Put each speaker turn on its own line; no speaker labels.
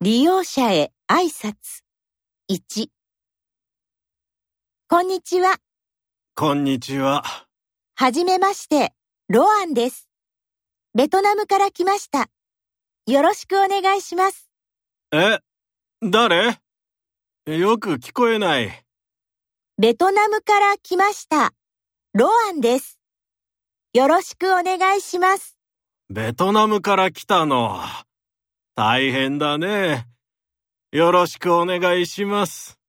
利用者へ挨拶。1、こんにちは。
こんにちは。
はじめまして、ロアンです。ベトナムから来ました。よろしくお願いします。
え、誰よく聞こえない。
ベトナムから来ました。ロアンです。よろしくお願いします。
ベトナムから来たの。大変だね。よろしくお願いします。